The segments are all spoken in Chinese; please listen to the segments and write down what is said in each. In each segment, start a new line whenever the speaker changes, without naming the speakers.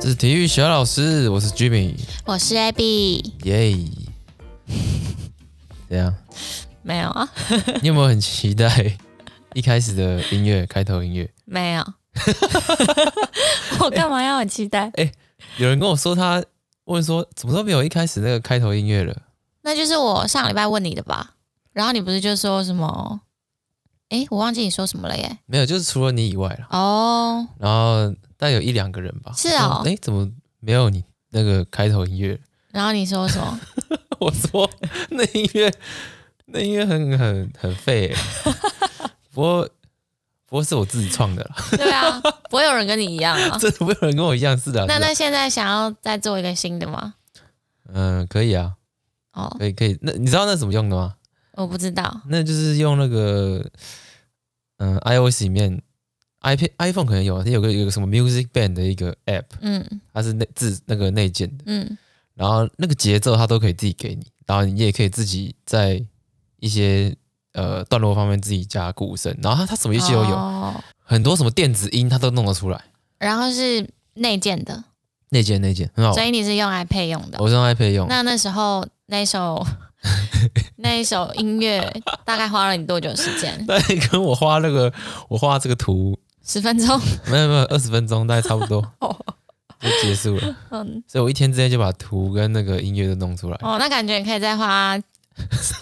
这是体育小老师，我是 Jimmy，
我是 Abby，
耶、 怎样？
没有啊，
你有没有很期待 一开始的音乐开头音乐？
没有， 我干嘛要很期 待？
有人跟我说他问说怎么都没有一开始那个开头音乐了，
那就是我上礼拜问你的吧，然后你不是就说什么？诶，我忘记你说什么了耶。
没有，就是除了你以外了。
哦，
然后但有一两个人吧，
是哦
哎，诶怎么没有你那个开头音乐？
然后你说什 么？
我说那音乐，那音乐很很很废、欸，不过不过是我自己创的啦，
对啊，不会有人跟你一样 啊。
真的没有人跟我一样是的啊。
那
是的
那现在想要再做一个新的吗？
嗯，可以啊，
哦，
可以可以。那你知道那怎么用的吗？
我不知道。
那就是用那个嗯 iOS 里面 iPad iPhone 可能有，啊，它有个有个什么 Music Band 的一个 App，
嗯
它是内自那个内建的，
嗯，
然后那个节奏它都可以自己给你，然后你也可以自己在一些呃段落方面自己加鼓声，然后它它什么乐器都有。
哦
很多什么电子音，它都弄得出来。
然后是内建的，
内建内建很好
所
玩，
以你是用 iPad 用的。
我是用 iPad 用。
那那时候那一首 那一首音乐大概花了你多久时间？
但你跟我 画那个，我画这个图，
十分 钟。
没有没有，二十分钟大概差不多
哦
就结束了。
嗯，
所以我一天之内就把图跟那个音乐都弄出来。
哦，那感觉你可以再花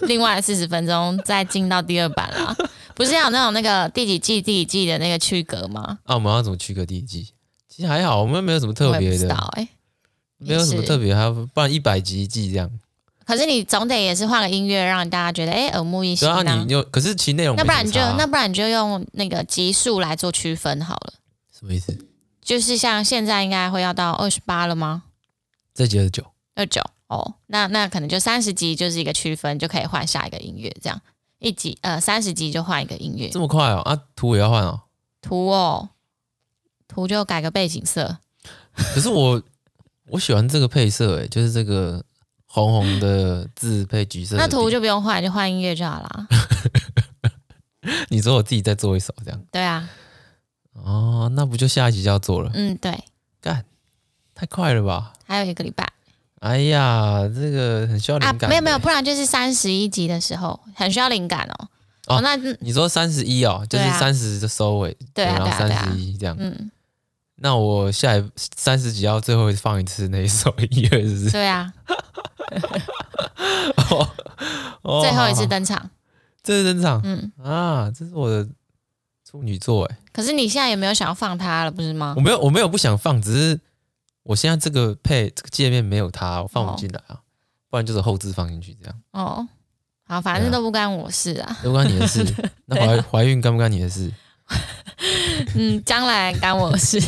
另外四十分钟再进到第二版啦。不是要有那种那个第几季第几季的那个区隔吗？
啊那、我们要怎么区隔第一季？其实还好，我们没有什么特
我也不
别
知道
的，
哎、
没有什么
也是
特别，还要不然一百集一季这样。
可是你总得也是换个音乐，让大家觉得哎、耳目一
对
新
啊，
啊。
你又可是其实内容没
那不然
什
你
么
就
差啊
那不然你就用那个集数来做区分好了。
什么意思？
就是像现在应该会要到二十八了吗？
这集二十九，
二九哦，那那可能就三十集就是一个区分，就可以换下一个音乐，这样一集呃三十集就换一个音乐
这么快哦？啊，图也要换哦。
图哦，图就改个背景色，
可是我我喜欢这个配色、欸，就是这个红红的字配橘色的
那
底。
图就不用换，就换音乐就好啦。
你说我自己再做一首这样
对啊，
哦，那不就下一集就要做了？
嗯对，
太快了吧！
还有一个礼拜
哎呀，这个很需要灵
啊，
感、
没有没有，，不然就是三十一集的时候很需要灵感哦。
哦
哦，那嗯
你说三十一哦，就是
对啊
三十就收尾，
对啊
然后
对
三
啊
十一这样。
嗯，
那我下一三十集要最后放一次那一首音乐，是不是？
对啊，
哦哦
最后一
好
次
好
登场，
这是登场
嗯，
啊，这是我的处女座哎，
可是你现在也没有想要放它了，不是吗
我？没有我没有不想放，只是我现在这个配这个界面没有它，我放
哦
不进来啊，不然就是后置放进去这样。
哦，好，反正
对啊
都不干我事啊，
都关你的 事。那怀怀孕干不干你的事？
嗯，将来干我的事。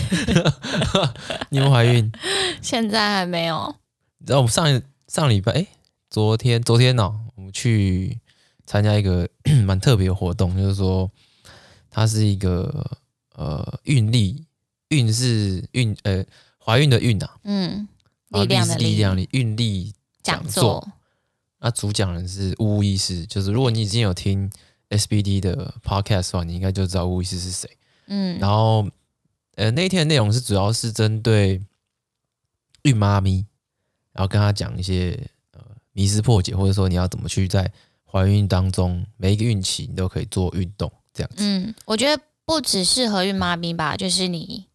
你有没有怀孕？
现在还没有。
你知道我们上一上礼拜，哎、昨天昨天哦，我们去参加一个 蛮特别的活动，就是说它是一个呃运力，运是运呃怀孕的孕啊，
嗯，
然后
力量的
是力量的运力。
讲
讲座
座，
那主讲人是巫医师，就是如果你已经有听 SBD 的 podcast 的话，你应该就知道巫医师是谁。
嗯，
然后呃那一天的内容是主要是针对孕妈咪，然后跟她讲一些呃迷思破解，或者说你要怎么去在怀孕当中每一个孕期你都可以做运动这样子。
嗯，我觉得不只适合孕妈咪吧，就是你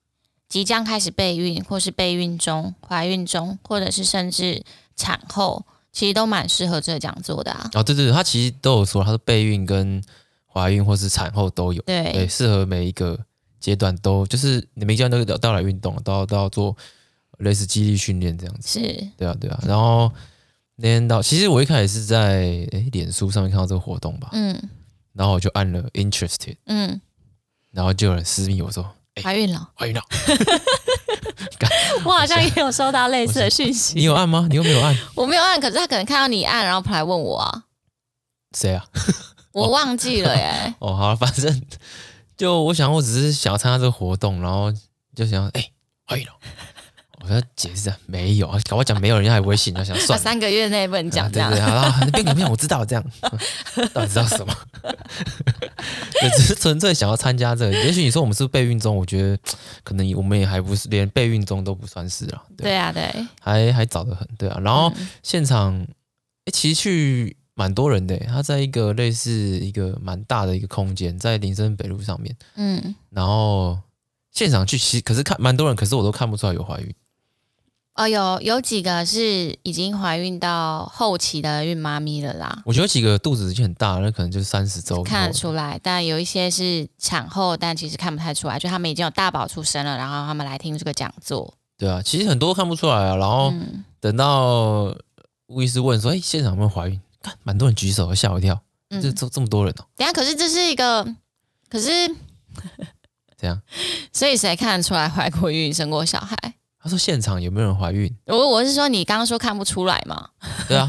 即将开始备孕，或是备孕中、怀孕中，或者是甚至产后，其实都蛮适合这个讲座的啊。
哦，对对对，她其实都有说，她是备孕跟怀孕或是产后都有，对，
对，
适合每一个阶段都，就是你每一阶段都有都要来运动，都要都要做类似肌力训练这样子。
是，
对啊，对啊。然后那天到，其实我一开始是在诶脸书上面看到这个活动吧，
嗯
然后我就按了 interested，
嗯，
然后就有人私密我说
怀 孕了，
怀孕了，
我好像也有收到类似的讯息，
你有按吗？你有没有按？
我没有按，可是他可能看到你按，然后跑来问我啊，
谁啊？
我忘记了 耶，
哦，好了，反正 就我想，我只是想要参加这个活动，然后就想哎怀孕了，我要解释啊，没有，搞我讲没有，人家还不会信，他想算了。
三个月内不能
啊
讲这
对
样
对，。然后变不变我知道这样， 到底知道什么？ 对，只是纯粹想要参加这个。也许你说我们是备孕中，我觉得可能我们也还不是连备孕中都不算是啦。对，
对啊，对，
还还早得很，对啊。然后
嗯
现场、诶其实去蛮多人的，欸他在一个类似一个蛮大的一个空间，在林森北路上面。
嗯，
然后现场去，其实可是看蛮多人，可是我都看不出来有怀孕。
哦，有有几个是已经怀孕到后期的孕妈咪了啦，
我觉得有几个肚子已经很大，那可能就是三十周以后了
看得出来。但有一些是产后，但其实看不太出来，就他们已经有大宝出生了，然后他们来听这个讲座。
对啊，其实很多都看不出来啊。然后
嗯，
等到吴医师问说：“哎、现场有没有怀孕？”看蛮多人举手，吓我一跳，
嗯
这这这么多人哦、
等一下，可是这是一个，可是
怎样？
所以谁看得出来怀过孕、生过小孩？
他说现场有没有人怀孕？
我我是说，你刚刚说看不出来嘛？
对 啊，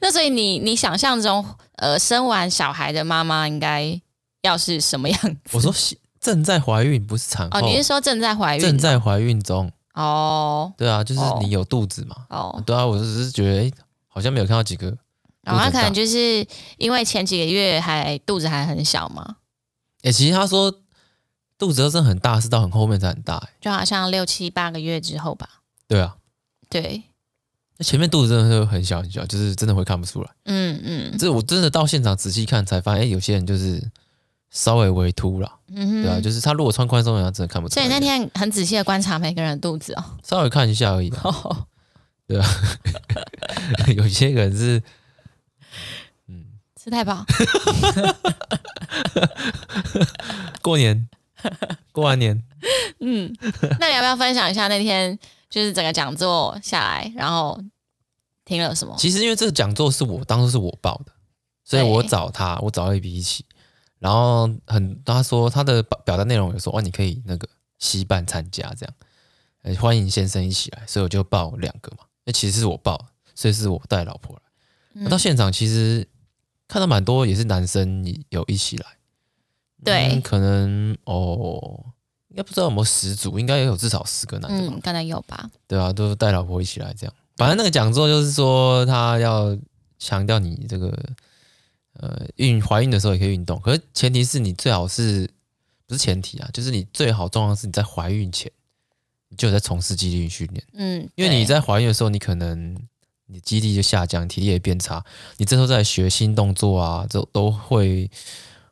那所以你你想象中，呃，生完小孩的妈妈应该要是什么样子？
我说现正在怀孕，不是产后，
哦，你是说正在怀孕？
正在怀孕中。
哦
对啊，就是
哦
你有肚子嘛。
哦，
对啊，我只是觉得，哎、好像没有看到几个，
然
肚子
后他
很
可能
大
就是因为前几个月还肚子还很小嘛，
哎、其实他说肚子要真的很大，是到很后面才很大、欸。
就好像六七八个月之后吧。
对啊，
对，
那前面肚子真的是很小很小，就是真的会看不出来。
嗯嗯
这我真的到现场仔细看才发现，哎、有些人就是稍微微凸啦，
嗯哼，
对啊，就是他如果穿宽松的，他真的看不出
所
来。
以那天很仔细的观察每个人的肚子哦。
稍微看一下而已啊、 有些人是
吃太饱，
过 年，过完年，
嗯，那你要不要分享一下那天就是整个讲座下来，然后听了什么？
其实因为这个讲座是我当初是我报的，所以
对
我找他，我找 A B 一起，然后很他说他的表表达内容有说哦，你可以那个西办参加这样，呃，欢迎先生一起来，所以我就报两个嘛。那其实是我报，所以是我带老婆来。
嗯
那到现场其实看到蛮多也是男生有一起来，
对
嗯可能哦，应该不知道有没有十组，应该也有至少十个男的吧。
嗯，刚才有吧？
对啊，都带老婆一起来这样。反正那个讲座就是说，他要强调你这个呃孕怀孕的时候也可以运动，可是前提是你最好是不是前提啊？就是你最好状况是你在怀孕前你就有在从事肌力训练，
嗯，
因为你
对
在怀孕的时候，你可能你肌力就下降，体力也变差，你这时候再来学新动作啊，都都会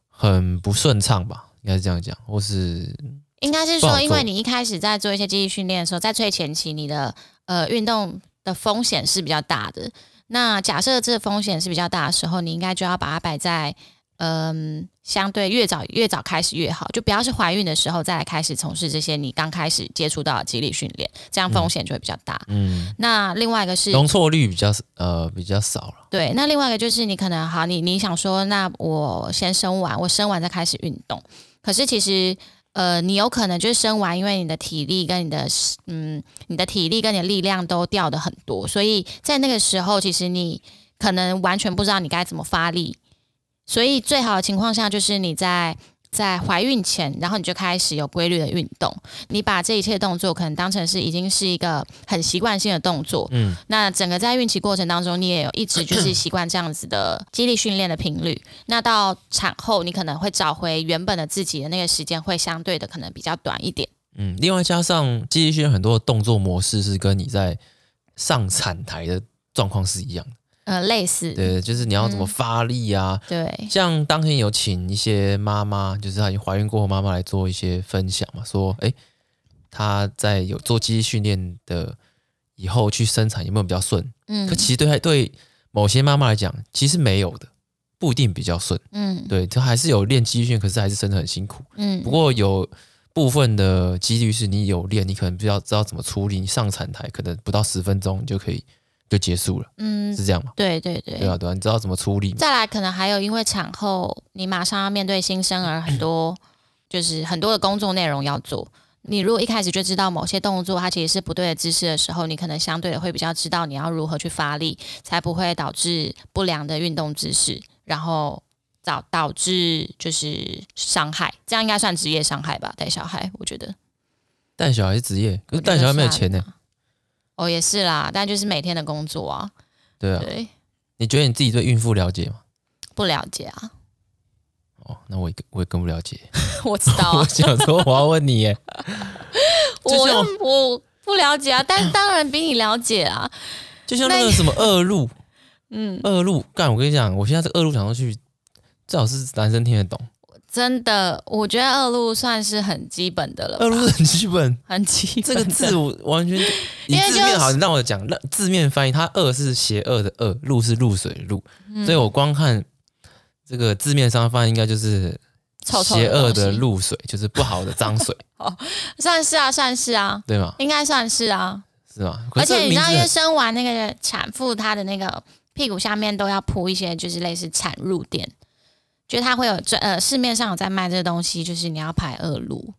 很不顺畅吧？应该是这样讲，或是
应该是
不好
说，
做
因为你一开始在做一些肌力训练的时候，在最前期，你的呃运动的风险是比较大的。那假设这风险是比较大的时候，你应该就要把它摆在嗯、相对越早越早开始越好，就不要是怀孕的时候再来开始从事这些你刚开始接触到的肌力训练，这样风险就会比较大。
嗯，
那另外一个是
容错率比较呃比较少了。
对，那另外一个就是你可能好，你你想说，那我先生完，我生完再开始运动。可是其实，呃，你有可能就是生完，因为你的体力跟你的嗯，你的体力跟你的力量都掉的很多，所以在那个时候，其实你可能完全不知道你该怎么发力。所以最好的情况下，就是你在在怀孕前，然后你就开始有规律的运动，你把这一切动作可能当成是已经是一个很习惯性的动作，
嗯，
那整个在孕期过程当中，你也有一直就是 习惯这样子的激励训练的频率。那到产后，你可能会找回原本的自己的那个时间，会相对的可能比较短一点。
嗯，另外加上记忆训练很多的动作模式是跟你在上产台的状况是一样的，
呃，类似，
对，就是你要怎么
嗯
发力啊。
对
像当天有请一些妈妈，就是她已经怀孕过后妈妈来做一些分享嘛，说诶，她在有做记忆训练的以后去生产有没有比较顺？
嗯
可其实对她对某些妈妈来讲，其实没有的，不一定比较顺。
嗯
对，她还是有练记忆训练，可是还是生的很辛苦。
嗯，
不过有部分的几率是你有练，你可能比较知道怎么处理，你上产台可能不到十分钟你就可以就结束了，
嗯，
是这样吗？
对对对。
对啊，对啊，你知道怎么处理吗？
再来，可能还有因为产后你马上要面对新生儿，很 多就是很多的工作内容要做。你如果一开始就知道某些动作它其实是不对的姿势的时候，你可能相对的会比较知道你要如何去发力，才不会导致不良的运动姿势，然后导导致就是伤害。这样应该算职业伤害吧？带小孩，我觉得
带小孩是职业，可
我
是
觉得
带小孩没有
算
钱呢、
吧哦，也是啦，但就是每天的工作啊，
对啊，
对，
你觉得你自己对孕妇了解吗？
不了解啊，
哦，那我也我也更不了解。
我知道 啊
我，想说我要问你耶，就
我
像
又我不了解啊，但当然比你了解啊，
就像那个什么恶露，
嗯，
恶露，干！我跟你讲，我现在这个恶露想要去，最好是男生听得懂。
真的，我觉得二路算是很基本的了吧，
恶露是很基本，
很基
这
本
个
的
字我完全，你
因为
字面
就是
好，你让我讲，让字面翻译，它恶是邪恶的恶，露是露水的露，
嗯
所以我光看这个字面上翻译，应该就是
臭臭的
邪恶的
东西
露水，就是不好的脏 水，
算是啊，算是啊，
对吗？
应该算是啊。
是吗？可
而
是
且你知
名
道，
字
因为
很
生完那个产妇，她的那个屁股下面都要铺一些，就是类似产褥垫，就是它会有专呃市面上有在卖这个东西，就是你要排恶露。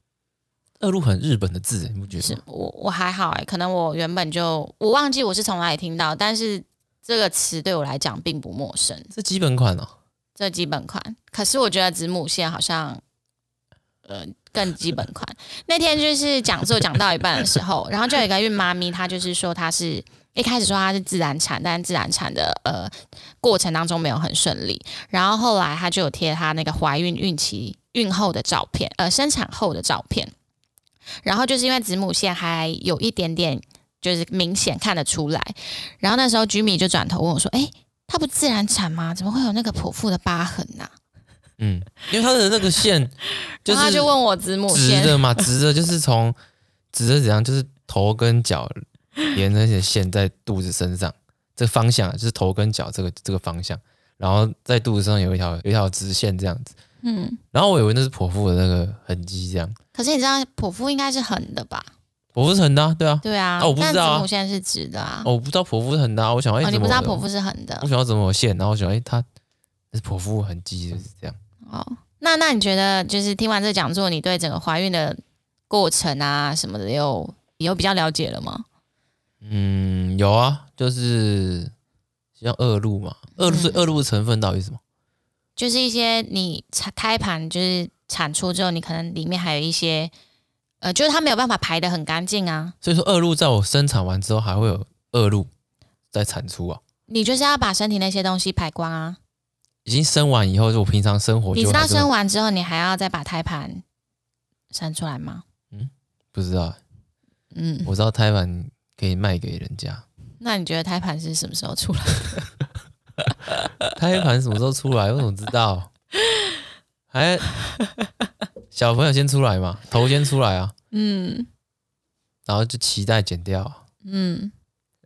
恶露很日本的字，你不觉得
是
吗？
我我还好哎、可能我原本就我忘记我是从哪里听到，但是这个词对我来讲并不陌生，
这基本款哦，
这基本款。可是我觉得子母线好像呃更基本款。 那天就是讲座讲到一半的时候，然后就有一个孕妈咪，她就是说她是一开始说她是自然产，但自然产的呃过程当中没有很顺利，然后后来她就有贴她那个怀孕孕期孕后的照片，呃生产后的照片，然后就是因为子母线还有一点点。就是明显看得出来，然后那时候居米就转头问我说：“哎、她不自然产吗？怎么会有那个剖腹的疤痕呐、
嗯，因为它的那个线就
然后
是
他就问我子母
直
线，
的 嘛，直的就是从直的怎样，就是头跟脚连着一些线在肚子身上，这方向就是头跟脚这个这个方向，然后在肚子上有一条有一条直线这样子。
嗯，
然后我以为那是剖腹的那个痕迹，这样
可是你知道剖腹应该是横的吧？
剖腹是横的、啊，对啊。
对啊，
啊我不知道啊
但子母线是直的啊。
哦，我不知道剖腹是横的、啊，我想哎、
哦，
怎
你
么
不知道
有
剖腹是横的
我想要怎么有线，然后我想哎、它那是剖腹痕迹就是这样。
哦。那那你觉得就是听完这讲座，你对整个怀孕的过程啊什么的有有比较了解了吗？
嗯，有啊，就是像恶露嘛，恶露是
嗯
恶露的成分到底是什么？
就是一些你产胎盘就是产出之后，你可能里面还有一些呃，就是它没有办法排的很干净啊。
所以说恶露在我生产完之后还会有恶露在产出啊。
你就是要把身体那些东西排光啊。
已经生完以后，就我平常生活就
你知道
还是会
生完之后，你还要再把胎盘生出来吗？
不知道？
嗯，
我知道胎盘可以卖给人 家，
那你觉得胎盘是什么时候出来？
胎盘什么时候出来？我怎么知道？ 还小朋友先出来嘛，头先出来啊，
嗯
然后就脐带剪掉，
嗯，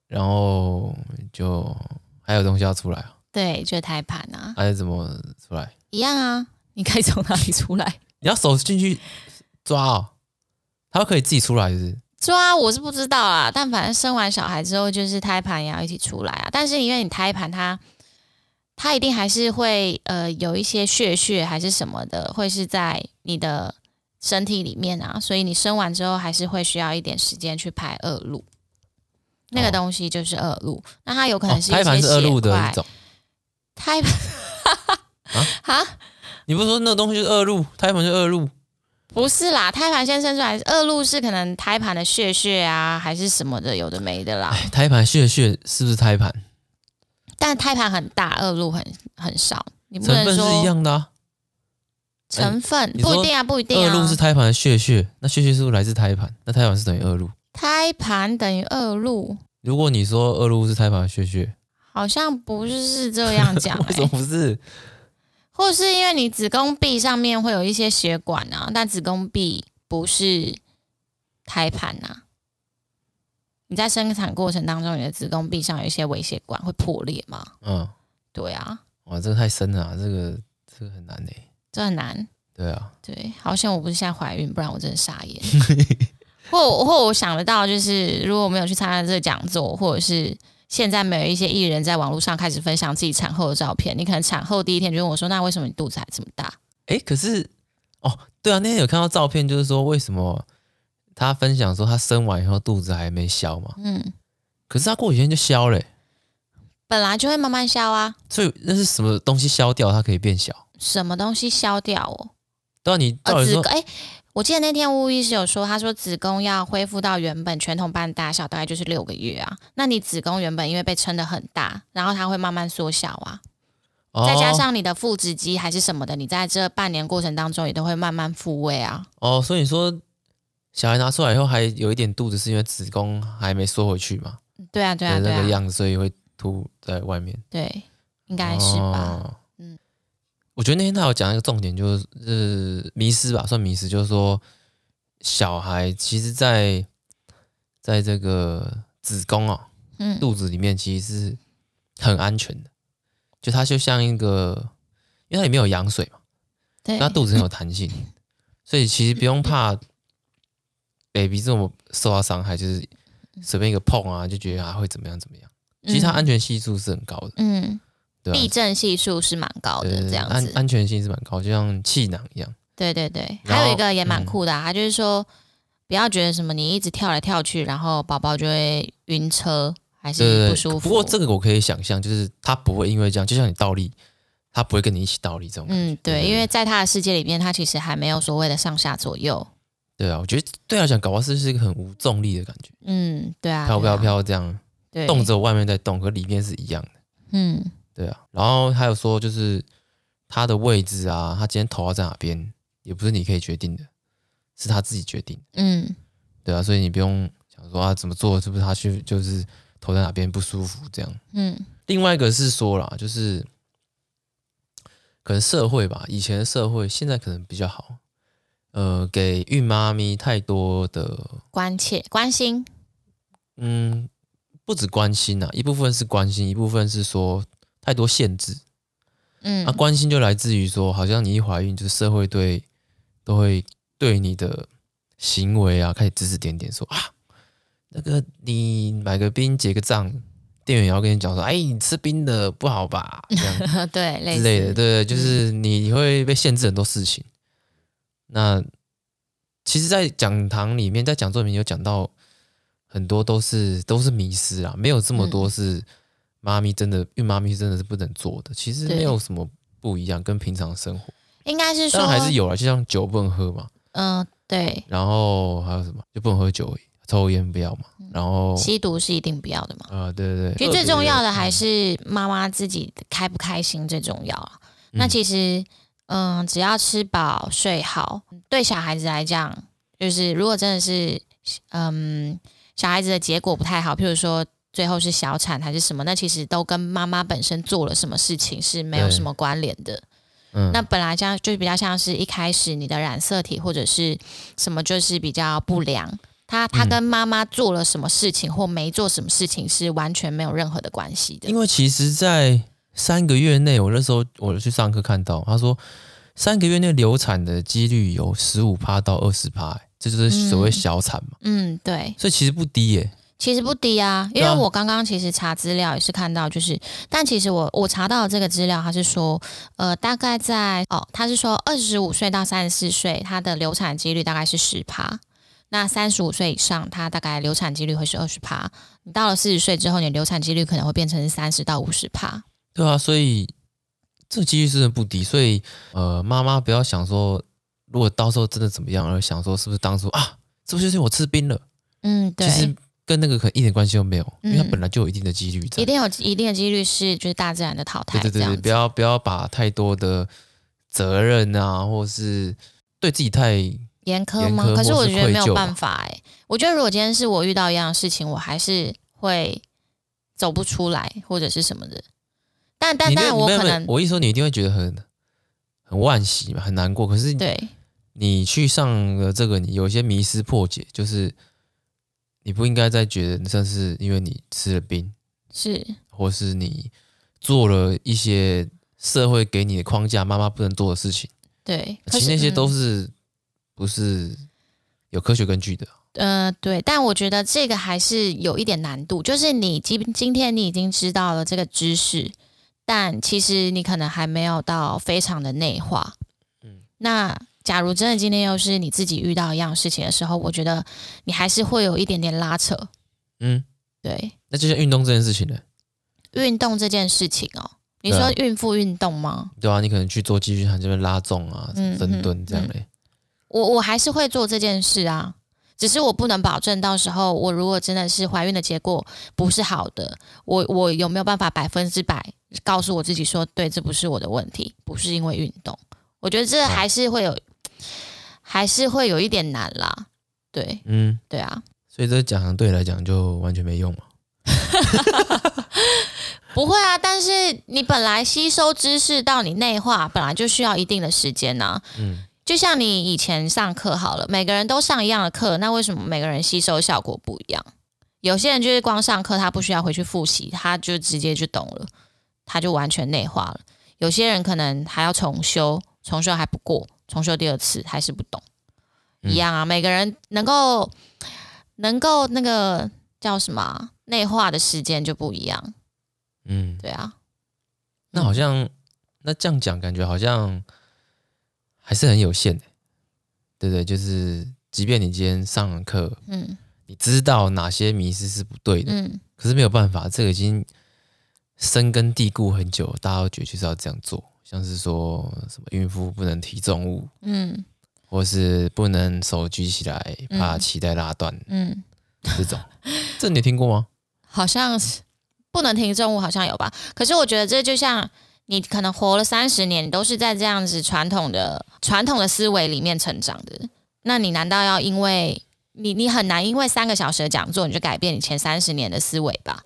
然后就还有东西要出来啊，
对，就是胎盘啊，
还是怎么出来？
一样啊。你可以从哪里出来？
你要手进去抓哦，它可以自己出来，就是
抓我是不知道啊，但反正生完小孩之后，就是胎盘也要一起出来啊。但是因为你胎盘它，它一定还是会呃有一些血血还是什么的，会是在你的身体里面啊，所以你生完之后还是会需要一点时间去排恶露。那个
哦
东西就是恶露，那它有可
哦
嗯能是一些
胎盘是恶露的
血块
一种。
胎盘啊
你不是说那个东西就是恶露，胎盘就是恶露？
不是啦，胎盘先生出来，恶露是可能胎盘的血血啊，还是什么的，有的没的啦。
哎，胎盘血血是不是胎盘？
但胎盘很大，恶露很很少，你不
成
能
分是一
说
样的啊。
成分
你
不一
说
定啊，不一定
恶露
啊
是。胎盘的血血，那血血是不是来自胎盘？那胎盘是等于恶露。
胎盘等于恶露，
如果你说恶露是胎盘的血 血，
好像不是这样讲、
为什么
欸，
不是？
或是因为你子宫壁上面会有一些血管啊，但子宫壁不是胎盘呐、你在生产过程当中，你的子宫壁上有一些微血管会破裂吗？
嗯，
对啊，
哇，这个太深了、啊，这个这个很难诶、
这很难。
对啊，
对，好险我不是现在怀孕，不然我真的傻眼。或或我想得到，就是如果我没有去参加这个讲座，或者是现在没有一些艺人在网络上开始分享自己产后的照片，你可能产后第一天就问我说：“那为什么你肚子还这么大
诶，可是哦，对啊，那天有看到照片，就是说为什么他分享说他生完以后肚子还没消嘛？”？
嗯，
可是他过几天就消嘞、
本来就会慢慢消啊，
所以那是什么东西消掉，它可以变小？
什么东西消掉哦？
对啊，你照
呃，
理
子
说
宫，哎、我记得那天巫医师有说，他说子宫要恢复到原本拳头般大小，大概就是六个月啊。那你子宫原本因为被撑得很大，然后它会慢慢缩小啊，
哦
再加上你的腹直肌还是什么的，你在这半年过程当中也都会慢慢复位啊。
哦，所以你说小孩拿出来以后还有一点肚子，是因为子宫还没缩回去嘛？
对啊，对啊，
的
对
那个
啊，
样子，所以会凸在外面。
对，应该是吧。
哦
嗯
我觉得那天他有讲一个重点，就是、呃、迷失吧，算迷失，就是说小孩其实在在这个子宫哦
嗯，
肚子里面其实是很安全的，就它就像一个，因为它里面有羊水嘛，
对，
那肚子很有弹性，所以其实不用怕 baby 这么受到伤害，就是随便一个碰啊就觉得啊会怎么样怎么样，其实它安全系数是很高的，
嗯，
对
嗯，
吧、
避震系数是蛮高
对
的，
对
这
对，
样
安
子。嗯
安全性是蛮高，就像气囊一样。
对对对，
然
还有一
后
个也蛮
嗯
酷的、啊，他就是说不要觉得什么你一直跳来跳去，然后宝宝就会晕车，还
对对
是
对
不舒服。
不过这个我可以想象，就是他不会因为这样，就像你倒立，他不会跟你一起倒立这种感觉。
嗯，对，因为在他的世界里面，他其实还没有所谓的上下左右。
对啊，我觉得对他来讲，搞不好是是一个很无重力的感觉，
嗯，对啊，
飘
对啊
飘，飘这样，
对，
动着外面在动，和里面是一样的。
嗯，
对啊，然后还有说就是他的位置啊，他今天头要在哪边，也不是你可以决定的，是他自己决定的。
嗯
对啊，所以你不用想说啊怎么做，是不是他去就是头在哪边不舒服这样。
嗯
另外一个是说啦，就是可能社会吧，以前的社会现在可能比较好，呃，给孕妈咪太多的，
关切关心，
嗯，不止关心啊，一部分是关心，一部分是说太多限制。
嗯、
那、关心就来自于说，好像你一怀孕，就是社会对都会对你的行为啊开始指指点点说，啊，那个你买个冰结个账，店员也要跟你讲说，哎，你吃冰的不好吧？这样。
对，类
啊之
似嗯
类的，对，就是你会被限制很多事情。那其实，在讲堂里面，在讲座里面有讲到很多都是都是迷失啦，没有这么多
嗯
是妈咪真的孕妈咪真的是不能做的。其实
对
没有什么不一样，跟平常生活，
应该是
当
说
然还是有啦，啊就像酒不能喝嘛，
嗯、对，
然后还有什么就不能喝酒而已，抽烟不要嘛，然后
吸毒是一定不要的嘛。
啊，对哦对对，
嗯其实最重要的
是。
还是妈妈自己开不开心最重要啊。那
嗯
其实，嗯，只要吃饱睡好，对小孩子来讲，就是如果真的是，嗯，小孩子的结果不太好，譬如说最后是小产还是什么，那其实都跟妈妈本身做了什么事情是没有
对
什么关联的。
嗯
那本来这样就比较像是一开始你的染色体或者是什么，就是比较不良。他他
嗯
跟妈妈做了什么事情或没做什么事情是完全没有任何的关系的
因。为其实，在三个月内，我那时候我去上课看到，他说三个月内流产的几率有十五趴到二十趴，欸这就是所谓小产嘛，
嗯，对，
所以其实不低耶、
其实不低啊，因
对
为
啊
我刚刚其实查资料也是看到，就是，但其实我我查到的这个资料，他是说，呃，大概在哦，他是说二十五岁到三十四岁，它的流产几率大概是十趴。那三十五岁以上，它大概流产几率会是二十趴。你到了四十岁之后，你的流产几率可能会变成三十到五十趴。
对啊，所以这个几率真的不低，所以呃，妈妈不要想说，如果到时候真的怎么样，而想说是不是当初啊，是不是就是我吃冰了？
嗯，
其实
对，
跟那个可能一点关系都没有，因为它
嗯
本来就有一定的几率在
一。定有一定的几率是就是大自然的淘汰
对对
这
对
样
对，
子。
不要不要把太多的责任啊，或是对自己太
严苛
严
吗？
苛
可是
或
我
是
觉得没
愧疚
有办
吧
法哎、我觉得如果今天是我遇到一样的事情，我还是会走不出来或者是什么的。但但
你那
但我
没有
可
没有
能
我一说你一定会觉得很很惋惜嘛，很难过。可是
对
你去上了这个，你有一些迷失破解，就是你不应该再觉得像是因为你吃了冰，
是
或是你做了一些社会给你的框架，妈妈不能做的事情，
对，可
其
是
实那些都
嗯
是、不是有科学根据的。
呃，对，但我觉得这个还是有一点难度，就是你今今天你已经知道了这个知识，但其实你可能还没有到非常的内化。嗯
嗯，
那假如真的今天又是你自己遇到一样事情的时候，我觉得你还是会有一点点拉扯。
嗯，
对，
那就像运动这件事情呢，
运动这件事情哦，你
对啊
说孕妇运动吗？
对啊，你可能去做肌群含这边拉重啊、
嗯
深蹲这样嘞、
我我还是会做这件事啊，只是我不能保证到时候我如果真的是怀孕的结果不是好的，我我有没有办法百分之百告诉我自己说，对，这不是我的问题，不是因为运动。我觉得
啊
这还是会有，还是会有一点难啦。对
嗯，
对啊，
所以这讲对你来讲就完全没用嘛。
不会啊，但是你本来吸收知识到你内化，本来就需要一定的时间呐、啊
嗯，
就像你以前上课好了，每个人都上一样的课，那为什么每个人吸收效果不一样？有些人就是光上课，他不需要回去复习，他就直接就懂了，他就完全内化了。有些人可能还要重修，重修还不过，重修第二次还是不懂，
嗯
一样啊。每个人能够能够那个叫什么啊内化的时间就不一样，
嗯，
对啊。
那好像那这样讲，感觉好像还是很有限的，对不对？就是即便你今天上了课，
嗯
你知道哪些迷失是不对的，
嗯，
可是没有办法，这个已经深根蒂固很久，大家都觉得就是要这样做。像是说什么孕妇不能提重物，
嗯
或是不能手举起来，怕
嗯
脐带拉断、
嗯，
这种，这你有听过 吗？
好像是不能听重物，好像有吧？可是我觉得这就像你可能活了三十年，你都是在这样子传统的传统的思维里面成长的，那你难道要因为你你很难因为三个小时的讲座你就改变你前三十年的思维吧？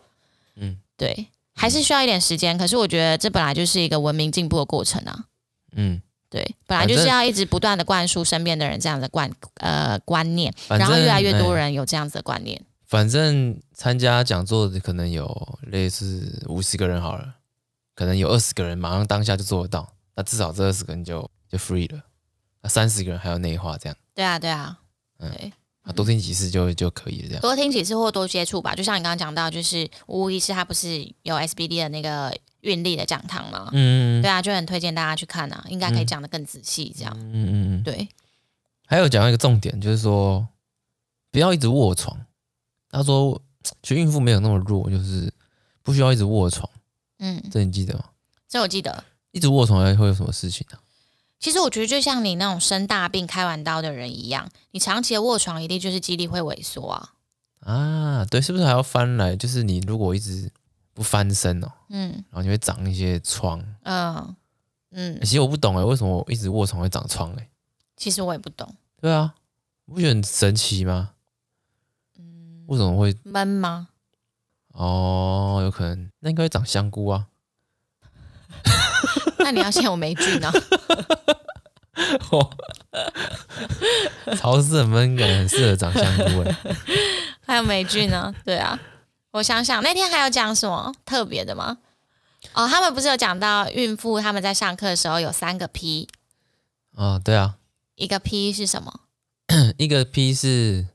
嗯
对，还是需要一点时间。可是我觉得这本来就是一个文明进步的过程啊。
嗯，
对，本来就
反
是
正
要一直不断的灌输身边的人这样的观呃观念，
反
然后越来越
人。
多
哎
人有这样子的观念。
反正参加讲座的可能有类似五十个人好了，可能有二十个人马上当下就做得到，那至少这二十个人就就 free 了，那三十个人还要内化这样，
对啊，对啊，
嗯
对。
啊，多听几次就就可以了这样。
多听几次或多接触吧。就像你刚刚讲到，就是吴医师他不是有 SBD 的那个运力的讲堂吗？
嗯
对啊，就很推荐大家去看啊，应该可以讲得更仔细。这样、
嗯嗯嗯。
对，啊
还有讲到一个重点，就是说不要一直卧床。他说，其实孕妇没有那么弱，就是不需要一直卧床，
嗯，
这你记得吗？
这我记得。
一直卧床还会有什么事情啊？
其实我觉得就像你那种生大病开完刀的人一样，你长期的卧床一定就是肌力会萎缩啊。
啊，对，是不是还要翻来？就是你如果一直不翻身哦，
嗯
然后你会长一些疮。
嗯嗯
欸，其实我不懂哎，为什么我一直卧床会长疮哎？
其实我也不懂，
对啊，你不觉得很神奇吗？
嗯，
为什么会？
闷吗？
哦，有可能那应该会长香菇啊。
那你要限我霉菌啊呢？
潮湿很闷感很适合长香菇哎。
还有美剧呢？ 对啊，我想想，那天还有讲什么特别的吗？哦，他们不是有讲到孕妇他们在上课的时候有三个 P，
哦，对啊，
一个 P 是什么
一个 P 是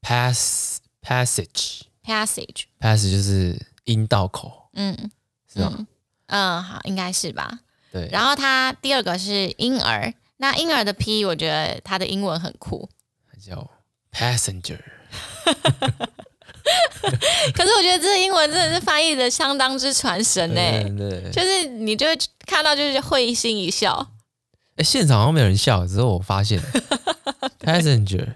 pass passage
？passage，
pass 就是阴道口
嗯
是啊吧？
嗯嗯，好，应该是吧。
对，
然后它第二个是婴儿，那婴儿的 P 我觉得它的英文很酷，
它叫 passenger。
可是我觉得这英文真的是翻译的相当之传神呢、
对对对，
就是你就会看到就是会心一笑。
哎，现场好像没有人笑，只是我发现 passenger。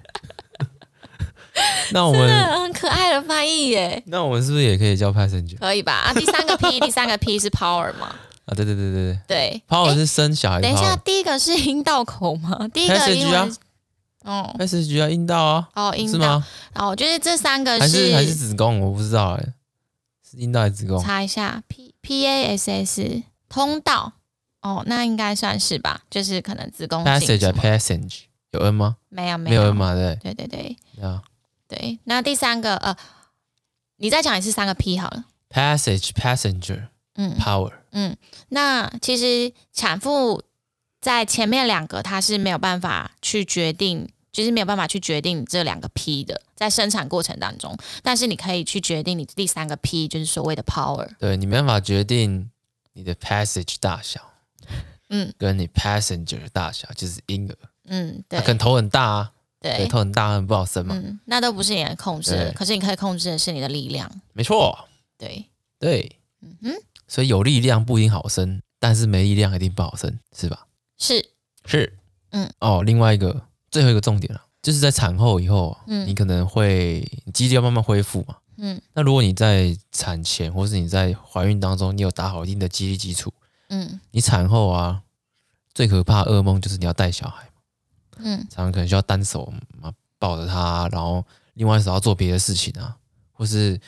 那我
真
们
的很可爱的翻译耶，
那我们是不是也可以叫 passenger
可以吧？啊，第三 个 P，第三个 P 是 power 嘛？
啊？对对对对对
对，
，power 是生小孩的
哎等一
power。
下，第一个是阴道口吗？ 第一个
Passage
英文
啊
是，哦
p a s s a g e 要阴道啊，
哦，
是
阴道，
吗？
哦，就是这三个
还是还是子宫？我不知道哎，是阴道还是子宫？
查一下 P P A S S 通道，哦，那应该算是吧，就是可能子宫颈
passage
什
啊
么
passage 有 n 吗？
没有没
没有 n 嘛，对
对对对
对啊
对，那第三个呃，你再讲一次三个 P 好了，
，passage passenger
嗯
power
嗯，那其实产妇在前面两个她是没有办法去决定，就是没有办法去决定这两个 P 的，在生产过程当中，但是你可以去决定你第三个 P，就是所谓的 power。
对你没办法决定你的 passage 大小，
嗯
跟你 passenger 大小就是婴儿，
嗯，
他
对
可能头很大啊，对，
对，
头很大很不好生嘛，
嗯，那都不是你能控制的，
对
可是你可以控制的是你的力量。
没错，
对，
对，
嗯哼，
所以有力量不一定好生，但是没力量一定不好生，是吧？
是
是，
嗯，
哦，另外一个最后一个重点了、就是在产后以后啊，
嗯
你可能会你肌力要慢慢恢复嘛。
嗯
那如果你在产前或是你在怀孕当中，你有打好一定的肌力基础，
嗯
你产后啊，最可怕的噩梦就是你要带小孩，
嗯
常常可能需要单手嘛抱着他，然后另外一手要做别的事情啊，或是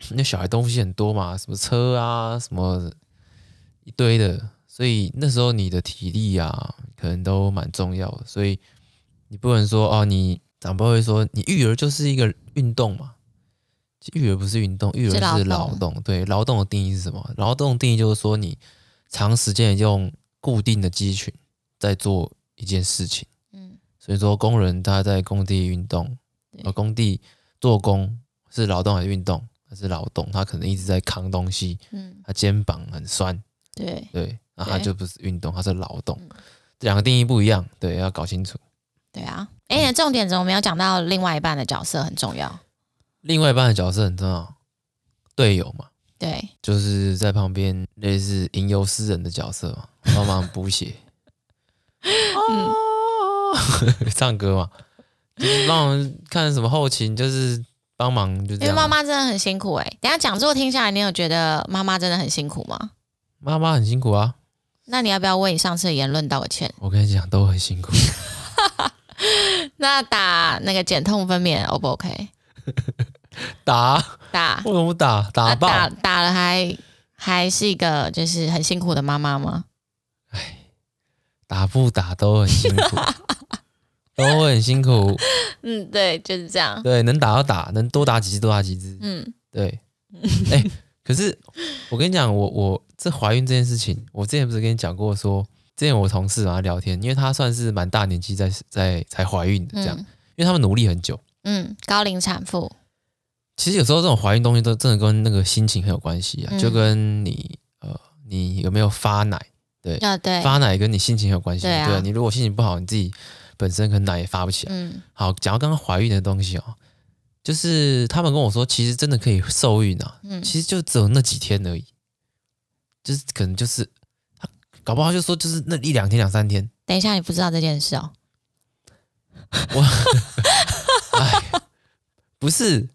那小孩东西很多嘛，什么车啊，什么一堆的，所以那时候你的体力啊，可能都蛮重要的，所以你不能说哦，你长辈会说你育儿就是一个运动嘛。其实育儿不是运动，育
是劳
儿是
动
劳动。对，劳动的定义是什么？劳动的定义就是说你长时间地用固定的肌群在做一件事情。
嗯
所以说工人他在工地运动
对，
呃，工地做工是劳动还是运动？他是劳动，他可能一直在扛东西，
嗯，
他肩膀很酸，
对
对，那他
对
就不是运动，他是劳动
嗯，
这两个定义不一样，对，要搞清楚。
对啊。哎、重点怎么没有讲到另外一半的角色很重要？
另外一半的角色很重要，队友嘛，
对，
就是在旁边类似吟游诗人的角色嘛，帮忙补血，
嗯，
唱歌嘛，就是帮忙看什么后勤，就是帮忙就这
因为
样。
妈妈真的很辛苦哎、等一下讲座听下来，你有觉得妈妈真的很辛苦吗？
妈妈很辛苦啊，
那你要不要为你上次的言论道个歉？
我跟你讲都很辛苦。
那打那个减痛分娩 O 不 OK？
打，
打
为什么不打？打
那
爆！
打打了还还是一个就是很辛苦的妈妈吗？
打不打都很辛 苦，都会很辛苦。
嗯，对，就是这样。
对，能打就打，能多打几只多打几只。
嗯
对，哎、可是我跟你讲，我我这怀孕这件事情，我之前不是跟你讲过说，之前我同事啊聊天，因为她算是蛮大年纪在在才怀孕的这样，
嗯
因为他们努力很久。
嗯，高龄产妇，
其实有时候这种怀孕东西都真的跟那个心情很有关系啊，
嗯
就跟你呃你有没有发奶。
啊对，
发奶跟你心情有关系，
对
对,、
啊
你如果心情不好，你自己本身可能奶也发不起来。
嗯
好，讲到刚刚怀孕的东西哦，就是他们跟我说，其实真的可以受孕啊，
嗯
其实就只有那几天而已，就是可能就是他搞不好就说就是那一两天两三天，
等一下，你不知道这件事哦。
哎，不是，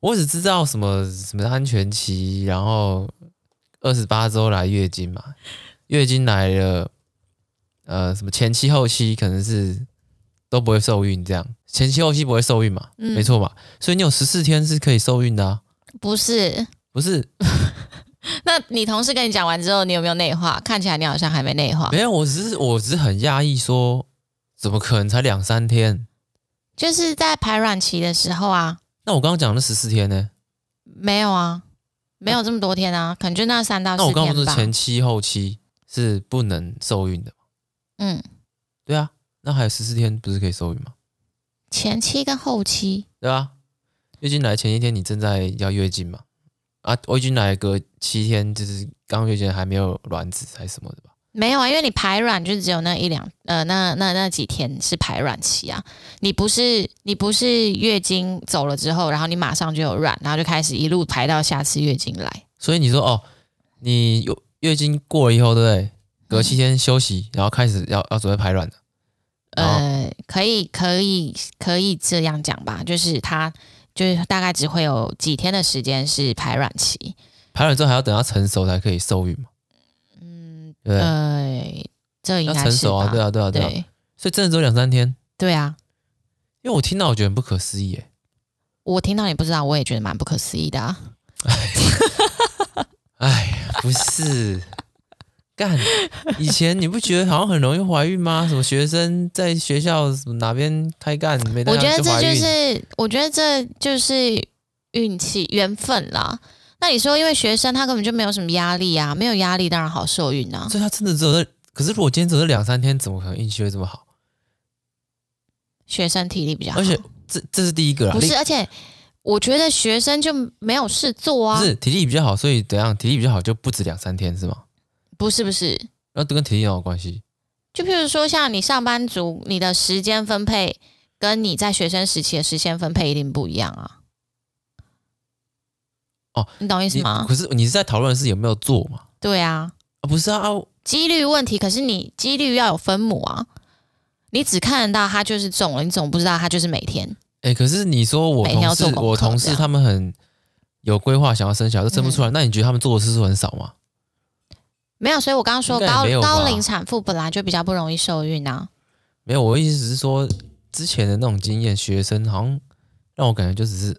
我只知道什么什么安全期，然后二十八周来月经嘛，月经来了，呃，什么前期后期可能是都不会受孕，这样前期后期不会受孕嘛，
嗯
没错嘛，所以你有十四天是可以受孕的啊，
不是，
不是？
那你同事跟你讲完之后，你有没有内化？看起来你好像还没内化，
没有，我只是我只是很讶异说，怎么可能才两三天？
就是在排卵期的时候啊，
那我刚刚讲的十四天呢？
没有啊，没有这么多天啊，可能就那三到
那我
四
刚刚不
天
是
吧。
前期后期是不能受孕的。
嗯，
对啊，那还有十四天不是可以受孕吗？
前期跟后期，
对啊，月经来前一天你正在要月经嘛，啊，月经来隔七天就是刚月经来还没有卵子还是什么的吧？
没有啊，因为你排卵就只有那一两呃，那那那几天是排卵期啊，你不是你不是月经走了之后，然后你马上就有卵，然后就开始一路排到下次月经来。
所以你说哦，你有月经过了以后，对不对？隔七天休息，
嗯
然后开始要要准备排卵了。然后
呃，可以可以可以这样讲吧，就是它就是大概只会有几天的时间是排卵期。
排卵之后还要等它成熟才可以受孕嘛，
嗯，
对不对？
呃，这应
要
该
成
是
熟啊，
吧
对啊，对啊，对啊。
对
所以真的只有两三天，
对啊，
因为我听到我觉得很不可思议耶。
我听到你不知道，我也觉得蛮不可思议的啊。
哎，不是，干！以前你不觉得好像很容易怀孕吗？什么学生在学校什么哪边开干没带
我觉
上
得
就
这
怀
就
孕？
是，我觉得这就是运气缘分啦。那你说，因为学生他根本就没有什么压力啊，没有压力当然好受孕啊。
所以他真的只有那……可是如果今天只有那两三天，怎么可能运气会这么好？
学生体力比较好，
而且这这是第一个啦，
不
另
是，而啊且我觉得学生就没有事做啊
不。是体力比较好，所以怎样体力比较好就不止两三天是吗？
不是不是，
那跟体力有关系？
就譬如说像你上班族，你的时间分配跟你在学生时期的时间分配一定不一样啊。
哦，
你懂意思
你
吗？
可是你是在讨论的是有没有做嘛？
对啊，
啊，不是啊啊！
几率问题，可是你几率要有分母啊。你只看得到他就是中了，你总不知道他就是每天。
哎、可是你说我
每天要
同
做
事，
功课
我同
这
事
样嗯
他们很有规划，想要生小孩，都生不出来。那你觉得他们做的次数很少吗？
没有，所以我刚刚说
应该也
高
没有吧
高龄产妇本来就比较不容易受孕啊。
没有，我的意思是说，之前的那种经验，学生好像让我感觉就只是，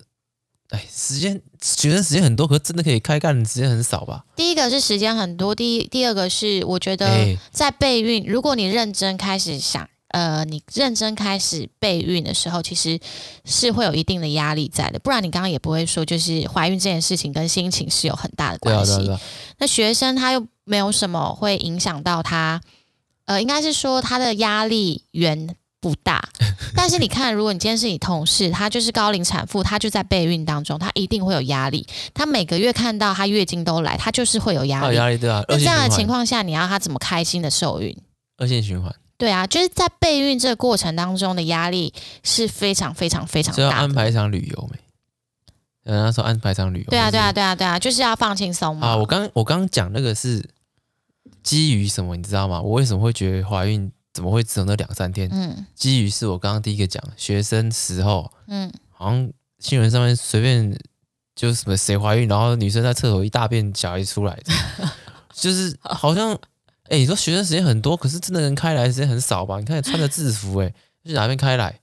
哎，时间学生时间很多，可是真的可以开干的时间很少吧？
第一个是时间很多，第一第二个是我觉得
哎
在备孕，如果你认真开始想，呃，你认真开始备孕的时候，其实是会有一定的压力在的，不然你刚刚也不会说，就是怀孕这件事情跟心情是有很大的
对啊，
关
对啊，
系。
对啊，
那学生他又没有什么会影响到他，呃，应该是说他的压力源不 大。但是你看，如果你今天是你同事，她就是高龄产妇，她就在备孕当中，她一定会有压力。她每个月看到她月经都来，她就是会有压
他有
力。
压力，对啊，
那
恶
这
性
样的
循
情
环，
况下，你要她怎么开心的受孕？
恶性循环，
对啊，就是在备孕这个过程当中的压力是非常非常非常
所以要
哦大
安
的。
排一场旅游没？人家说安排一场旅游，
对啊，
或是
对啊，对啊，对啊，就是要放轻松嘛。
啊，我刚我刚讲那个是基于什么，你知道吗？我为什么会觉得怀孕怎么会只有那两三天？
嗯
基于是我刚刚第一个讲，学生时候
嗯，
好像新闻上面随便就是什么谁怀孕，然后女生在厕所一大便，小孩出来的， 就是好像哎、你说学生时间很多，可是真的能开来的时间很少吧？你看你穿着制服、哎，去哪边开来？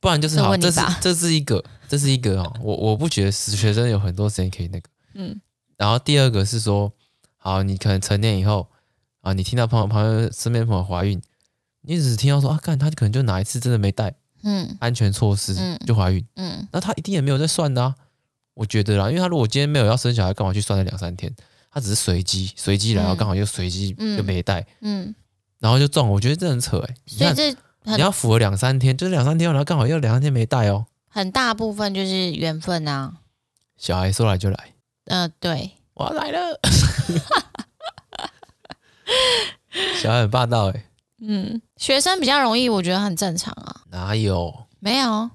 不然就是
这
好，
问你
这是
吧
这是一个，这是一个哦，我我不觉得学生有很多时间可以那个。
嗯，
然后第二个是说，好，你可能成年以后啊，你听到朋友朋友身边朋友怀孕，你只听到说啊，干他可能就哪一次真的没带
嗯
安全措施
嗯
就怀孕，
嗯，
那他一定也没有在算的啊，我觉得啦，因为他如果今天没有要生小孩，干嘛去算那两三天？他只是随机随机来，然后
嗯
刚好又随机
嗯
就没带，
嗯，
然后就中，我觉得这很扯哎、你
所以
看
这很
你要符合两三天，就是两三天，然后刚好又两三天没带哦，
很大部分就是缘分啊。
小孩说来就来，
呃，对，
我要来 了，小孩很霸道哎、
嗯，学生比较容易，我觉得很正常啊。
哪有
没有，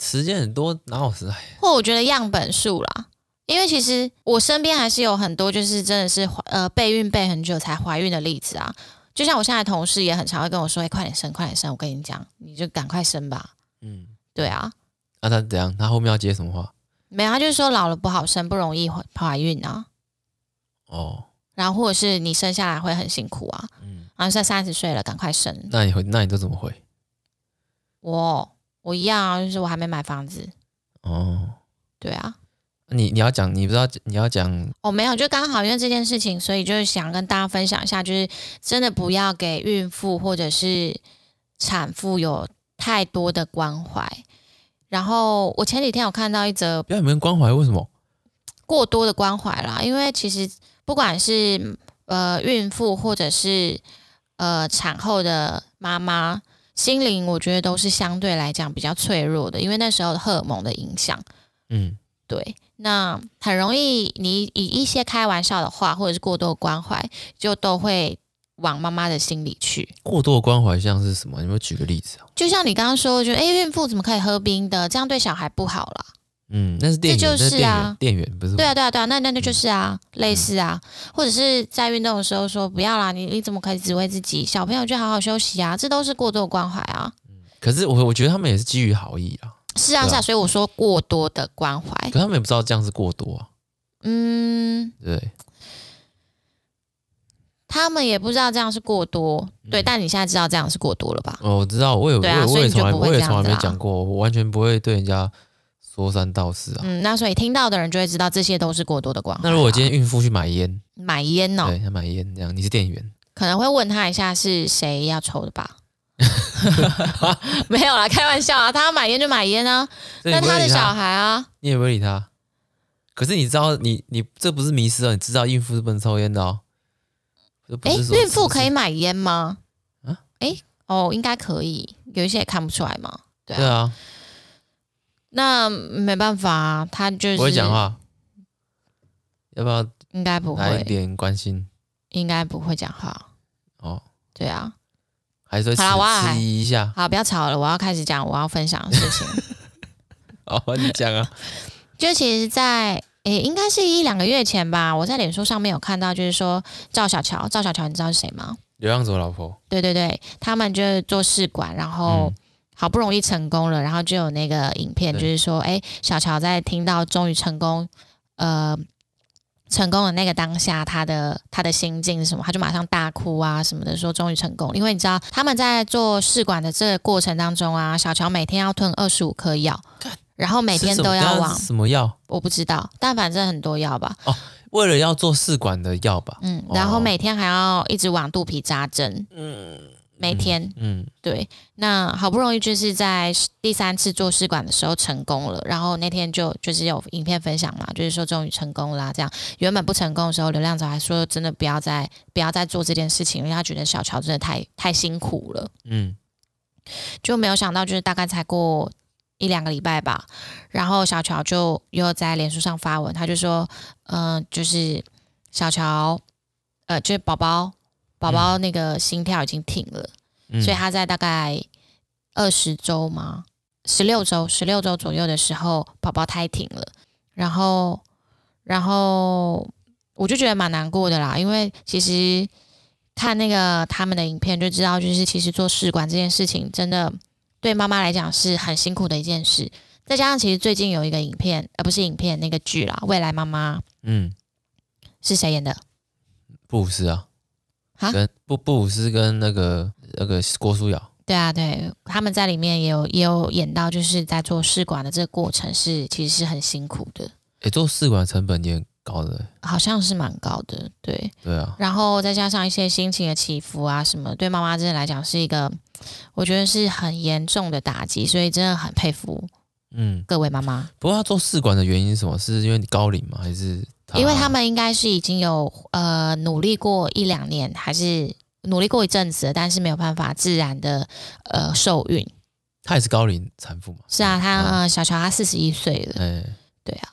时间很多，哪有时间？
或我觉得样本数啦，因为其实我身边还是有很多就是真的是怀呃备孕备很久才怀孕的例子啊。就像我现在的同事也很常会跟我说：“哎、快点生，快点生！”我跟你讲，你就赶快生吧。
嗯，
对啊，
那、他怎样？他后面要接什么话？
没有，他就是说老了不好生，不容易怀怀孕啊。
哦，
然后或者是你生下来会很辛苦啊。
嗯，
然后现在三十岁了，赶快生。
那你回，那你都怎么回？
我我一样啊，就是我还没买房子。
哦，
对啊，
你你要讲，你不知道你要讲，
哦，没有，就刚好因为这件事情，所以就是想跟大家分享一下，就是真的不要给孕妇或者是产妇有太多的关怀。然后我前几天有看到一则
不要你们关怀为什么？
过多的关怀啦，因为其实不管是呃孕妇或者是呃产后的妈妈，心灵我觉得都是相对来讲比较脆弱的，因为那时候荷尔蒙的影响。
嗯，
对，那很容易，你以一些开玩笑的话，或者是过多的关怀，就都会往妈妈的心里去。
过度的关怀像是什么？你们举个例子啊？
就像你刚刚说，觉得诶，孕妇怎么可以喝冰的？这样对小孩不好啦。
嗯，那是店员，
这就是啊
那是店员，店员不是我？
对啊，对啊，对啊，那那那就是啊，类似啊，或者是在运动的时候说不要啦，你你怎么可以只为自己？小朋友就好好休息啊，这都是过多的关怀啊。
可是我我觉得他们也是基于好意啊，
是啊，
对啊
是啊，所以我说过多的关怀，
可他们也不知道这样是过多啊，
嗯，
对不对？
他们也不知道这样是过多，对，
嗯
但你现在知道这样是过多了吧？
哦，我知道，我也、
对
我也
啊所
我
以
也
你就
从来
不会
我也
这样
从来
子
没
啊
讲过，我完全不会对人家说三道四啊。
嗯，那所以听到的人就会知道这些都是过多的关怀啊。
那如果今天孕妇去买烟，
买烟哦，
对，她买烟这样，你是店员，
可能会问他一下是谁要抽 的吧？没有啦，开玩笑啊，他要买烟就买烟啊，
所以
那
你不
他
会
的
理
小
他，
孩啊，
你也不会理他。可是你知道，你你这不是迷失哦，你知道孕妇是不能抽烟的哦。这不
诶，
是说
孕妇
不是
可以买烟吗？
啊
诶，哦，应该可以，有一些也看不出来嘛。对啊，
对啊，
那没办法啊，他就是
不会讲，话，要不要
应该不
来一
会，
点关心？
应该不会讲话。
哦，
对啊，
还是会迟
好啦我要来
迟疑一下。
好，不要吵了，我要开始讲我要分享的事情。
哦，你讲啊，
就其实在，诶，应该是一两个月前吧，我在脸书上面有看到，就是说赵小乔，赵小乔，你知道是谁吗？
流浪者老婆，
对对对，他们就是做试管，然后
嗯
好不容易成功了，然后就有那个影片，就
对
是说，哎，小乔在听到终于成功，呃，成功的那个当下，他的他的心境是什么？他就马上大哭啊什么的，说终于成功了。因为你知道他们在做试管的这个过程当中啊，小乔每天要吞二十五颗药
干，
然后每天
吃什
都
么
要
等一下
往
是，什么药？
我不知道，但反正很多药吧。
为了要做试管的药吧？
嗯，然后
哦
每天还要一直往肚皮扎针，
嗯
每天
嗯，
对，那好不容易就是在第三次做试管的时候成功了，然后那天就就是有影片分享嘛，就是说终于成功啦、这样原本不成功的时候，流量长还说真的不要再不要再做这件事情，因为他觉得小乔真的太太辛苦了，
嗯
就没有想到就是大概才过一两个礼拜吧，然后小乔就又在脸书上发文，他就说，嗯、就是小乔，呃，就是宝宝宝宝那个心跳已经停了。
嗯，
所以他在大概二十周嘛，十六周、十六周左右的时候，宝宝胎停了，然后，然后我就觉得蛮难过的啦，因为其实看那个他们的影片就知道，就是其实做试管这件事情真的对妈妈来讲是很辛苦的一件事。再加上其实最近有一个影片，呃，不是影片那个剧啦，《未来妈妈
嗯，》
是谁演的？
布鲁斯啊
啊，
跟布布鲁斯跟那个那个郭书瑶，
对啊，对，他们在里面也有也有演到，就是在做试管的这个过程是其实是很辛苦的，
诶，做试管成本也很高的、
好像是蛮高的，对。
对啊，
然后再加上一些心情的起伏啊什么，对妈妈真的来讲是一个，我觉得是很严重的打击，所以真的很佩服
嗯，
各位妈妈，
不过他做试管的原因是什么？是因为你高龄吗？还是
因为他们应该是已经有呃努力过一两年，还是努力过一阵子了，但是没有办法自然的呃受孕。
他也是高龄产妇嘛？
是啊，她
嗯
呃小乔她四十一岁了。
哎、
对啊，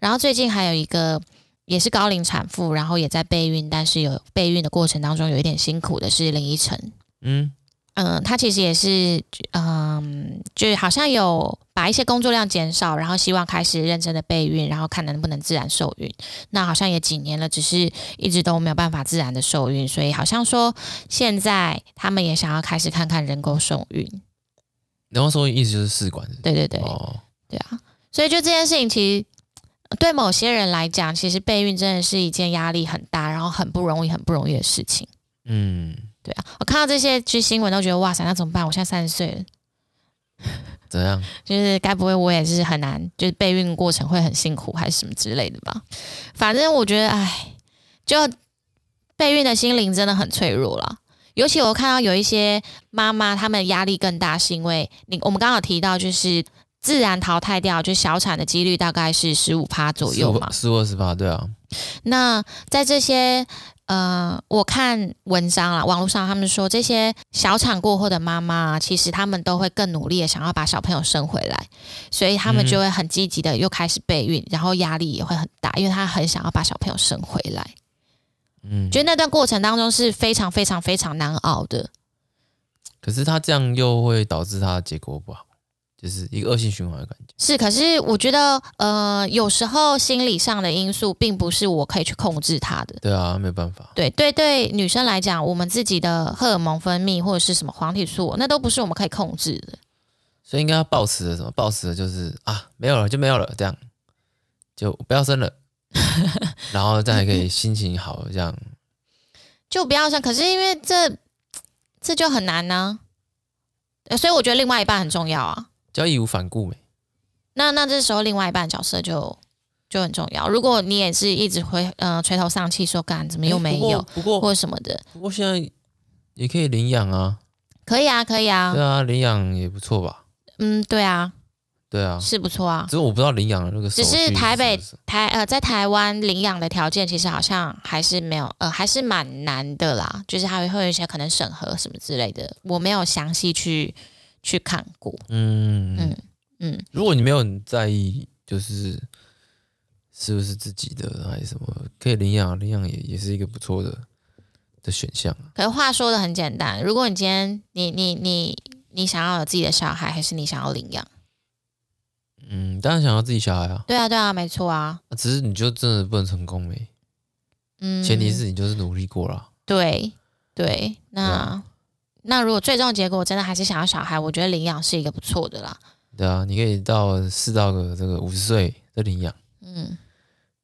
然后最近还有一个也是高龄产妇，然后也在备孕，但是有备孕的过程当中有一点辛苦的是林依晨，
嗯
嗯，她其实也是嗯，就好像有把一些工作量减少，然后希望开始认真的备孕，然后看能不能自然受孕。那好像也几年了，只是一直都没有办法自然的受孕，所以好像说现在他们也想要开始看看人工受孕。
然后说意思就是试管是不是
对对对，
哦，
对啊，所以就这件事情，其实呃对某些人来讲，其实备孕真的是一件压力很大，然后很不容易、很不容易的事情。
嗯，
对啊，我看到这些剧新闻都觉得哇塞，那怎么办？我现在三十岁了，
怎样？
就是该不会我也是很难，就是备孕过程会很辛苦还是什么之类的吧？反正我觉得，哎，就备孕的心灵真的很脆弱啦。尤其我看到有一些妈妈，她们压力更大，是因为你我们刚刚有提到，就是自然淘汰掉，就小产的几率大概是十五趴左右嘛。
十五二十八，对啊，
那在这些呃，我看文章啦，网络上他们说，这些小产过后的妈妈啊，其实他们都会更努力的想要把小朋友生回来，所以他们
嗯
就会很积极的又开始备孕，然后压力也会很大，因为他很想要把小朋友生回来。
嗯，
觉得那段过程当中是非常非常非常难熬的。
可是他这样又会导致他的结果不好，就是一个恶性循环的感觉。
是，可是我觉得，呃，有时候心理上的因素并不是我可以去控制它的。
对啊，没办法，
对对对，女生来讲，我们自己的荷尔蒙分泌或者是什么黄体素，那都不是我们可以控制的。
所以应该要抱持的什么？抱持的就是啊，没有了就没有了，这样就不要生 了，然后这样还可以心情好，这样
就不要生，可是因为这这就很难呢、呃所以我觉得另外一半很重要啊。
就要义无反顾没？
那那这时候另外一半角色就就很重要。如果你也是一直回呃垂头丧气说干怎么又没有、
诶哎不过不过
或什么的，
不过现在也可以领养啊，
可以啊，可以啊
对，啊，领养也不错吧？
嗯，对啊，
对啊，
是不错啊
只。是我不知道领养的那个手
只
续
是台北
不是
台呃，在台湾领养的条件其实好像还是没有，呃，还是蛮难的啦。就是还会有一些可能审核什么之类的，我没有详细去去看过。
嗯
嗯嗯，
如果你没有很在意，就是是不是自己的还是什么，可以领养，领养也也是一个不错的的选项啊。
可是话说的很简单，如果你今天你你你你想要有自己的小孩，还是你想要领养？
嗯，当然想要自己小孩啊，
对啊，对啊，没错啊。
啊只是你就真的不能成功没、
嗯，
前提是你就是努力过了，
对，对，啊那那如果最终的结果真的还是想要小孩，我觉得领养是一个不错的啦。
对啊，你可以到四到个这个五十岁的领养，
嗯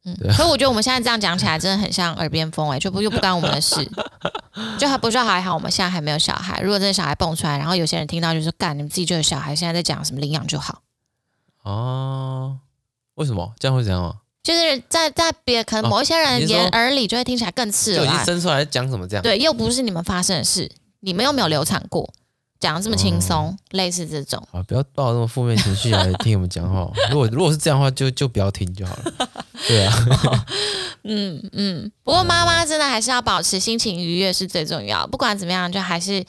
嗯
对，啊
所以我觉得我们现在这样讲起来，真的很像耳边风哎、就不又不干我们的事， 就还不是还好，我们现在还没有小孩。如果真的小孩蹦出来，然后有些人听到就说干，你们自己就有小孩，现在在讲什么领养就好，
哦，为什么这样会怎样啊？
就是在在别可
哦
能某一些人
你是说
眼耳里就会听起来更刺
就已
耳
经
啊、
生出来讲什么这样？
对，又不是你们发生的事，你们又没有流产过，讲的这么轻
哦
松，类似这种。
啊，不要抱那么负面情绪来听我们讲话。哦如果如果是这样的话，就就不要听就好了。对啊，
嗯嗯，不过妈妈真的还是要保持心情愉悦是最重要。不管怎么样，就还是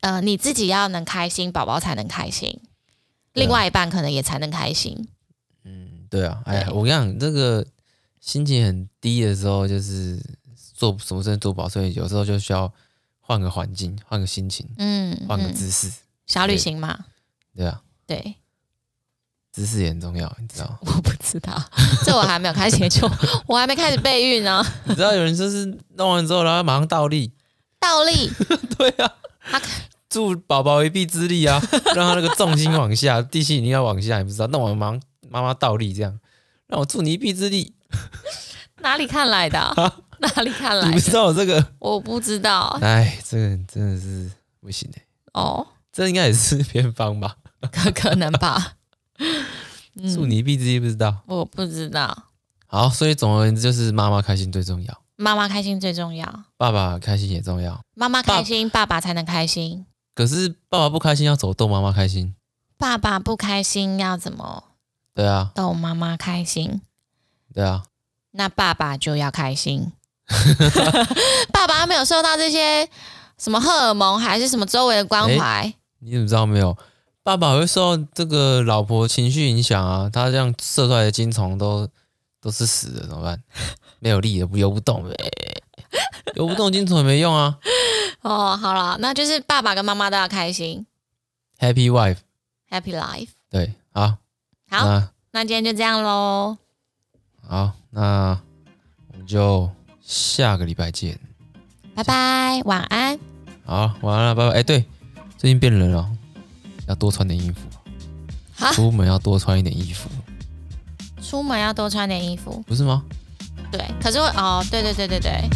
呃你自己要能开心，宝宝才能开心，
对啊
另外一半可能也才能开心。
嗯，对啊。哎呀，
对
我跟你讲，这个心情很低的时候，就是做什么事情做不好，所以有时候就需要换个环境，换个心情，
嗯，
换个
嗯
姿势。
小旅行嘛，
对啊，
对，
姿势也很重要，你知道？
我不知道，这我还没有开始研究， 我还没开始备孕呢。
你知道有人就是弄完之后，然后马上倒立，
倒立，
对啊
他，
助宝宝一臂之力啊，让他那个重心往下，地心引力要往下，你不知道，那我忙妈妈倒立这样，让我助你一臂之力，
哪里看 来的啊、哪里看
你
来
不知
的？
道我这个，
我不知道
哎，这个真的是不行哎、
哦，
这应该也是 偏方吧？
可可能吧。
助
嗯，
你一臂之力不知道，
我不知道，
好，所以总而言之就是妈妈开心最重要，
妈妈开心最重要，
爸爸开心也重要，
妈妈
爸
开心，爸爸才能开心。
可是爸爸不开心要怎么逗妈妈开心？
爸爸不开心要怎么
对啊，
逗妈妈开心？
对啊，
那爸爸就要 开心。 爸爸没有受到这些什么荷尔蒙还是什么周围的关怀，
你怎么知道没有？爸爸会受到这个老婆情绪影响啊，他这样射出来的精虫都都是死的，怎么办？没有力的不游不动呗，游不动精虫也没用啊。
哦，好了，那就是爸爸跟妈妈都要开心
Happy wife，
，Happy Life。
对，好，
好，
那
那今天就这样喽，
好，那我们就下个礼拜见。
拜拜，晚安。
好，晚安了，拜拜。哎、对，最近变冷了，要多穿点衣服，
哈
出门要多穿一点衣服，
出门要多穿点衣服，
不是吗？
对。可是我哦，对对对对对，